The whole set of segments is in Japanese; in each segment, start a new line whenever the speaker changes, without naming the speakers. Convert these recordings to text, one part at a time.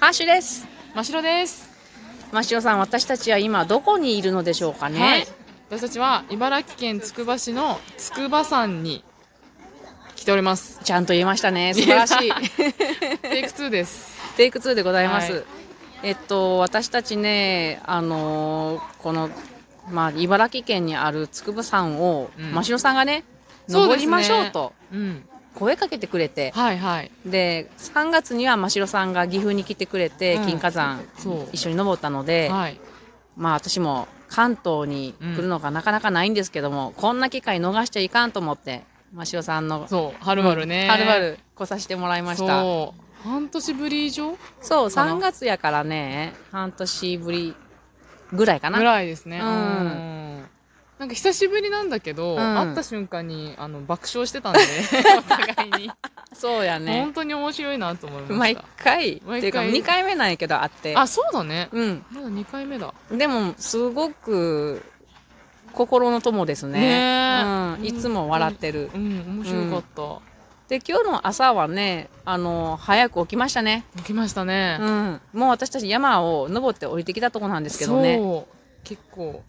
ハッシュです。
真っ白です。
マシオさん、私たちは今どこにいるのでしょうかね。
はい。私たちは茨城県つくば市のつくば山に来ております。
ちゃんと言えました ね。素晴らしい。
テイク2です。
テイク2でございます。
はい
えっと、私たちね、あのーこの、まあ、茨城県にある筑波山を、
うん
真城さんがね、
そう
登
で
り
すね
ましょうと
うん。
声かけてくれて、
はいはい。
で、3月には真城さんが岐阜に来てくれて、
うん
金華山
そう。
一緒に登ったので、
はい。
まあ私も関東に来るのがなかなかないんですけども、こんな機会逃しちゃいかんと思って、真城さんの、
そう。はるばるね。
はるばる来させてもらいました。
そう。半年ぶり以上
そう、
かな
3月やからね、半年ぶりぐらいか
ぐ
な。
らいですね。
うん
んなんか久しぶりなんだけど、
ん
会った瞬間にあの爆笑し てたんで、お互いに、
そうやね
本。当に面白いなと思いまし
毎
た。
回、って
毎回
いうか2回目なんやけどあって。
あ、そうだね。
うん。
まだ2回目だ。
でも、すごく、心の友ですね。
ねえ
うん。いつも笑ってる
う。ん、面白かった。
で、今日の朝はね、あの、早く起きましたね。
起きましたね。
うん。もう私たち山を登って降りてきたとこなんですけどね。
そう。結構。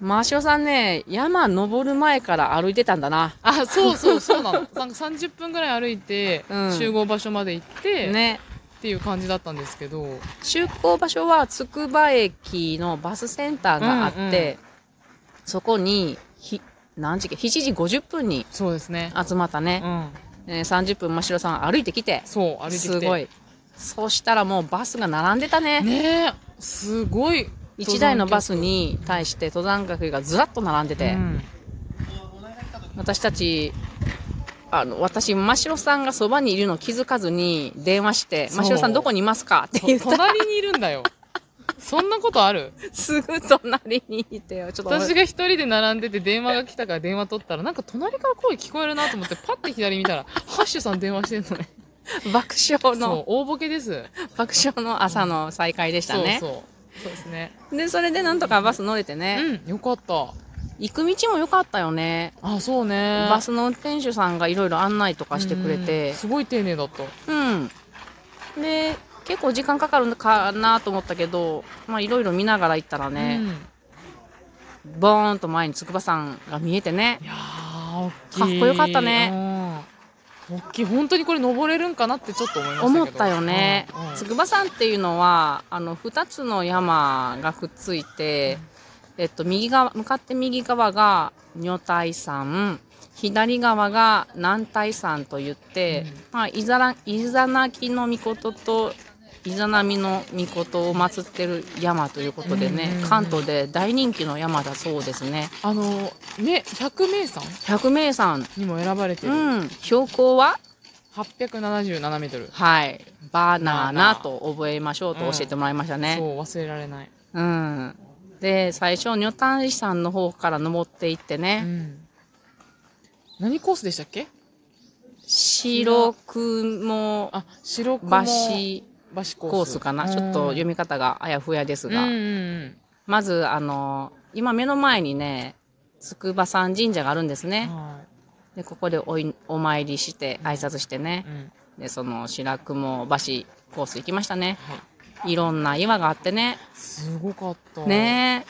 マシオさんね、山登る前から歩いてたんだな。
あ、そうそうそうなの。 なんか30分ぐらい歩いて、
うん
集合場所まで行って、
ね。
っていう感じだったんですけど、
集合場所はつくば駅のバスセンターがあって、
うんうん
そこにひ何時か7時50分に
そうですね。
集まった
う
ね、
ん。
えー30分真城さん歩いてきて
そう、歩いてきて。
すご。いそしたらもうバスが並んでたね
ねえ、すごい。
1台のバスに対して登山客がずらっと並んで
登
て、
山客。
私たちあの私真城さんがそばにいるの気づかずに電話して「
そう
真城さんどこにいますか?」って言
うん
っ
と
たら
隣にいるん だよ。そんなことある
すぐ隣にいてよちょっと
私が一人で並んでて電話が来たから電話取ったら、なんか隣から声聞こえるなと思って、パッて左見たら、ハッシュさん電話してんの ね。
爆笑の
そう、大ボケです。
爆笑の朝の再会でしたね。
そうそう。そうですね。
で、それでなんとかバス乗れてね、
うん、よかった。
行く道も良かったよね。
あ、そうね。
バスの運転手さんがいろいろ案内とかしてくれ
うん
て。
すごい丁寧だった。
うん。で、結構時間かかるのかなと思ったけど、まあいろいろ見ながら行ったらね、ボーンと前に筑波山が見えてね
うん。いやー、大きい。
かっこよかったね
うん。大きい。本当にこれ登れるんかなってちょっと思いましたけど。
思ったよね
うんうん。
筑波山っていうのは、あの、二つの山がくっついて、えっと、右側、向かって右側が女体山、左側が南体山と言って、まあ、イザラ、イザナキの御事と、イザナミの御事を祀ってる山ということでね
うんうんう、ん
関東で大人気の山だそうですね。
あの、ね、百名山
百名山、
にも選ばれて
う
る。
ん、標高は
877メートル。
はい、バナ
バナナ
ナと覚えましょうと教えてもらいましたね。
そう、忘れられない。
うん。で、最初、女体山の方から登っていって
う
ね、
ん。何コースでしたっけ
白雲
あ、白雲。
橋
橋
コースかな。ちょっと読
み
み方があやふやです
うん
が、
うん
まず、あの、今目の前にね、筑波山神社があるんです
うん。
ね。
は
で、ここでおいお参りして、挨拶してね
い。う、ん。
で、その白雲橋コース行きましたね。
はい。
いろんな岩があってね、
すごかった。
ね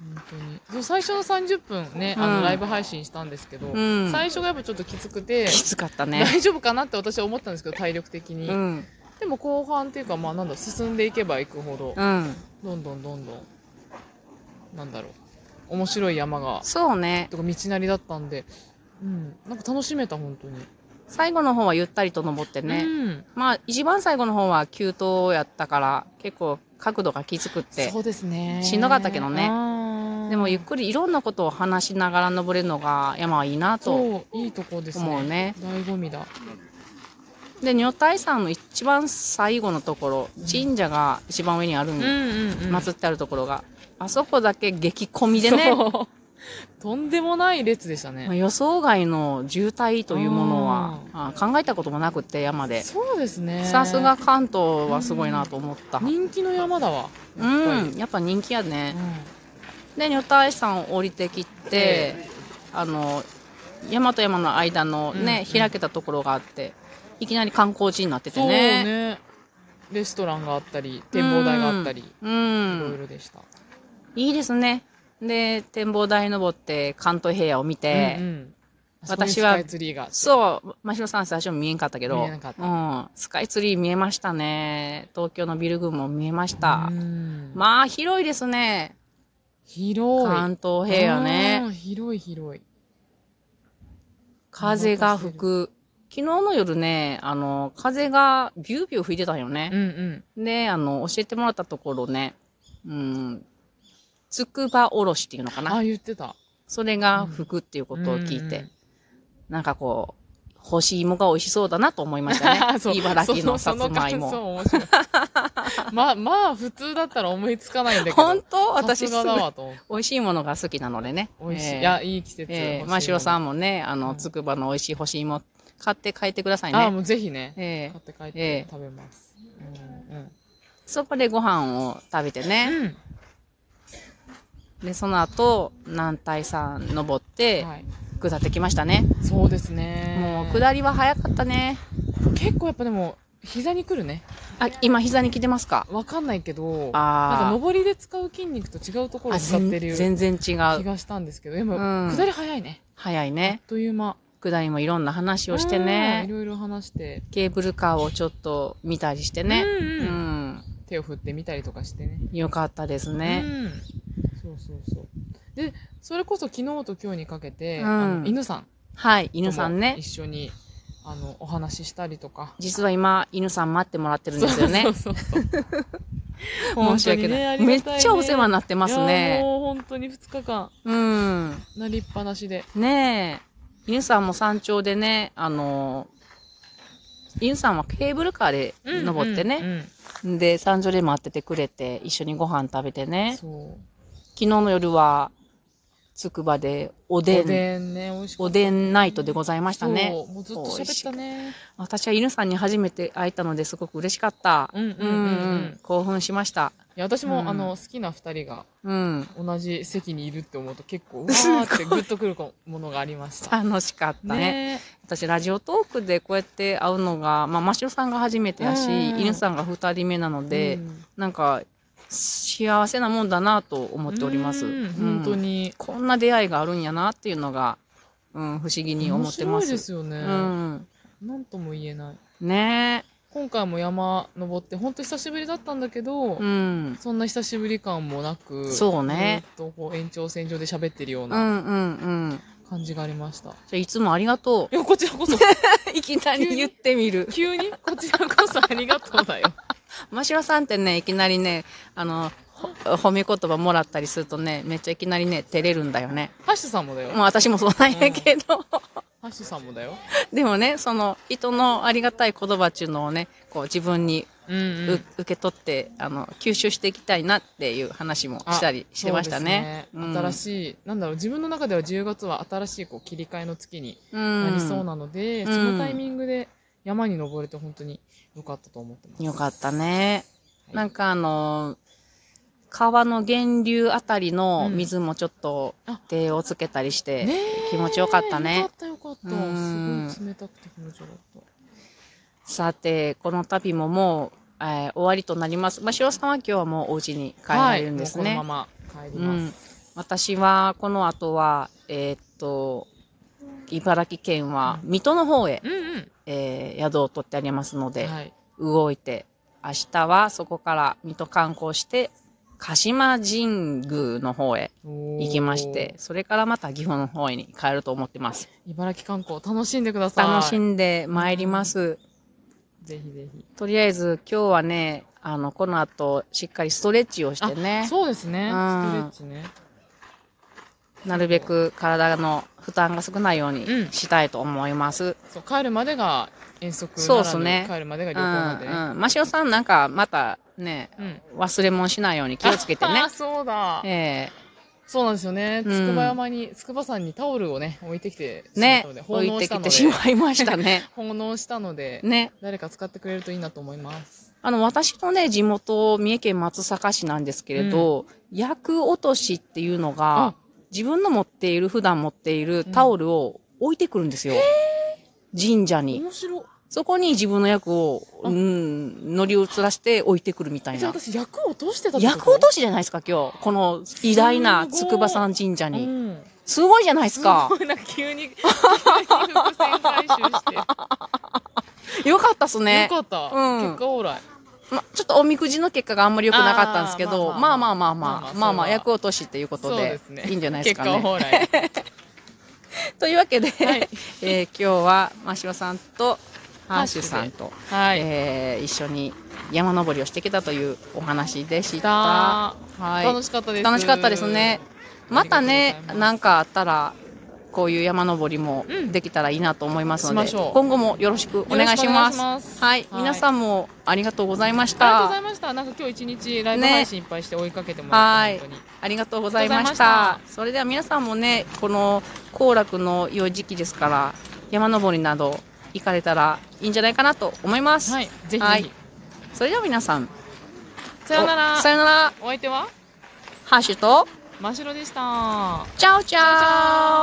本当にそう最初の30分ね、
うん
あのライブ配信したんですけど、
うん
最初がやっぱちょっときつくて、
きつかったね。
大丈夫かなって私は思ったんですけど体力的に、
うん、
でも後半っていうかまあなんだ進んでいけばいくほど、
うん。
どんどんどんどんなんだろう面白い山が
そうね。
とか道なりだったんで、うん、なんか楽しめた本当に
最後の方はゆったりと登ってね。
うん、
まあ、一番最後の方は急登やったから、結構角度がきつくって
そ。うですね
しんどかったけどね
ね
でも、ゆっくりいろんなことを話しながら登れるのが山はいいなと。
そういいとこですね
思うね
醍醐味だ
で、女体山の一番最後のところ、神社が一番上にあるん
うん
よ、
うん、うん、
祀ってあるところが。あそこだけ激混みでね、
そうとんでもない列でしたね、
まあ予想外の渋滞というものは
う、ん
あ考えたこともなくて山で。
そうですね
さすが関東はすごいなと思った。
人気の山だわ
う
やっぱり
ん、やっぱ人気やね。
うん
で女体山を降りてきて、
え
あの山と山の間のね、
うんうん
開けたところがあっていきなり観光地になってて
そう
ね
ねレストランがあったり展望台があったり
う
いろい
ん。
ろでした、
いいですね。で、展望台登って関東平野を見て、
うんうん
私
あそこに
は
スカイツリーが
そう、真城さん最初見えんかったけど、
見えなかった
うん、スカイツリー見えましたね。東京のビル群も見えました。
うん
まあ、広いですね。
広い
関東平野ね。
うん広い広い
風が吹く。昨日の夜ね、あの、風がビュービュー吹いてたんよ
うん
ね。
うん
で、あの、教えてもらったところね、うん、つくばおろしっていうのかな。
あ言ってた
それが吹くっていうことを聞いて、
うんうん。
なんかこう、干し芋が美味しそうだなと思いましたね
そう
茨城のさつまい
そ
も。
のその感想面白いまあ、まあ、普通だったら思いつかないんだけど。
本当私
さ
す
すが
ぐ
だわと思って。
美味しいものが好きなのでね。
美味しい。
えー
いや、いい季節。
ええ
欲しいもの
ましろさんもね、あ
う
の、
ん
つくばの美味しい干し芋買って帰ってください
あ、
ね。
もうぜひね。
ええ
買って帰っ
え
て
え
食べます。
そこでご飯を食べて
うん
ね。
うん。
で、その後、南大山登って、
はい。
下ってきましたね。
そうですね。
もう、下りは早かったね。
結構やっぱでも、膝に来るね。
あ、今膝に来てますか
わかんないけど、なんか
あ
上りで使う筋肉と違うとこ
ー
ろ
あ。
を使ってる
全然違
気
う。
がしたんですけど、でも、
うん
下り早いね。
早い
あっ
ね。
という間。
下りもいろんな話をして
うんい
ね。
ろいろ話して。
ケーブルカーをちょっと見たりしてね。
うん
う
うん
ん。
手を振ってみたりとかしてね。
よかったです
う
ね。
ん、そうそうそう。で、それこそ昨日と今日にかけて、
うん
あの犬さん。
はい、犬さんね。
一緒に、あの、お話ししたりとか。
実は今、犬さん待ってもらってるんですよね。
そうそうそう。
申し訳ない。
本当にね
めっちゃお世話に
なり
なってます
いや
ね。
もう本当に2日間、
うん。
なりっぱなしで。
ねえ。犬さんも山頂でね、あの、犬さんはケーブルカーで登って
うん
ね。で、山頂で待っててくれて、一緒にご飯食べて
うんうん
ね。
そう。
昨日の夜は、つくばでお
お
でん、おでん
でんね、美味しかった。
ナイトでございましたね。
そう、もうずっと喋ったね。
私は犬さんに初めて会えたのですごく嬉しかった。
うんうんうんうん
興奮しました。
いや、私も、
うん
あの、好きな2人が
うん。
同じ席にいるって思うと結構、 うわーってグッとくるこものがありました。
楽しかった ね
ね
私ラジオトークでこうやって会うのが、まあ、マシオさんが初めてやし、
うん
犬さんが2人目なので、
うん
なんか幸せなもんだなと思っております、
うん
うん
本当に。
こんな出会いがあるんやなっていうのが、うん、不思議に思ってま
面白
す
いですよね。
うん、
なんとも言えない。
ね
今回も山登って、本当久しぶりだったんだけど、
えうん
そんな久しぶり感もなく、
そうね。
ずっとこう延長線上で喋ってるよう
う
なん
うんうん
感じがありました。
じゃあいつもありがと
いや、こちら こそ、
ういきなり言ってみ る
急にこちらこそありがとうだよ。
マシロさんってねいきなりねあのほ褒め言葉もらったりするとねめっちゃいきなりね照れるんだよね
ハッシュさんもだよ。
まあ私もそうなんやけど、
ハッシュさんもだよ。
でもね、その人のありがたい言葉っていうのをね、こう自分に
うん、
う、
うん。
受け取って、あの、吸収していきたいなっていう話もしたりしてましたね。
そうですね新
い。
しい、なんだろう、自分の中では10月は新しいこう切り替えの月に
うん。
なりそうなので、
うん
そのタイミングで山に登れて本当に良かったと思ってます。
よかった
ね。
ね。
はい
なんかあの川の源流あたりの水もちょっと
うんあ
手をつけたりして、
え
気持ちよかったね
よかったよかった。
うん
すごい冷たくて気持ちよかっ
さて、この旅ももう、えー終わりとなります。まあ、塩さんは今日はもうお家に帰
た。
られるんですね。
はい、もうこのまま帰ります。
私はこの後は、えーっと、茨城県は
う
水戸の方へ、
うん、うん、
えー宿を取ってありますので、
はい。
動いて、明日はそこから水戸観光して、鹿島神宮の方へ
行
行きまして、。それからまた岐阜の方へに帰ると思ってます。
茨城観光楽しんでください。
楽しんで参ります。
ぜひぜひ。
とりあえず今日はね、あの、この後しっかりストレッチをしてね、
そうです
う
ね。ストレ
ん
ッチね。
なるべく体の負担が少ないように
うん
したいと思います。
そう、帰るまでが遠足ならぬ
そうっすね
帰るまでが旅行なんでね。
うんうん。マシオさんなんかまたね、
うん
忘れ物しないように気をつけてね
あ。 そうだ。
え
そうなんですよね。
うん
筑波山に、筑波山にタオルをね、置いてきて
え
しまっ
ね
たので、、奉
置い
納
て
した
き
の
て
で、
しまいました ね。
奉納したので、
ね。
誰か使ってくれるといいなと思います。
あの、私のね、地元、三重県松阪市なんですけれど、薬落としっていうのが
あ、
自分の持っている、普段持っているタオルを置いてくるんですよ。神社に。
面白い。
そこに自分の役を、
あ
うん、乗り移らして置いてくるみた
え
い
じゃあ
な。
私役を落としてたってこと
役落としじゃないですか、今日。この偉大な筑波山神社
う
に。
ん
すごいじゃないですか
す。ごいなんか急に 急に伏線回収して、
よかったっす ね
よ。かった、
うん
結果オーライ
ま、ちょっとおみくじの結果があんまり良くなかったんですけど、
あー
ま
ま
あまあま
あまあま
あまあ、
あま
ま
あまあ
あまあ、
それは
役落としっていうこと
そう
で
ですね、
いいんじゃないですか
結果
ね。
オーライ
というわけで、
はい
えー今日はマシロさんとハーシュさんと、
はい、
えー一緒に山登りをしてきたというお話でし。
したた
はい、
楽しかったです
楽しかったですね。また
あ
ね
りがとうございます
なんかあったらこういう山登りも
うん
できたらいいなと思いますの
しま
で、
しょう
今後もよろしくお願いします。
よろしくお願いします
はい、
はい
皆さんもありがとうございまし
ありがとうござ
た
い。ましたなんか今日一日ライブ配信いっぱいして追いかけても
は
らっ
い
て、本当に
ありがとうございました。
ありがとうございま
それでは皆さんもね、この行楽の良い時期ですから、山登りなど行かれたらいいんじゃないかなと思います。
はい、ぜひぜひ、
はいそれでは皆さん、
さよなら
おさよなら、
お相手は
ハッシュと、
真っ白でした
チャオチャオ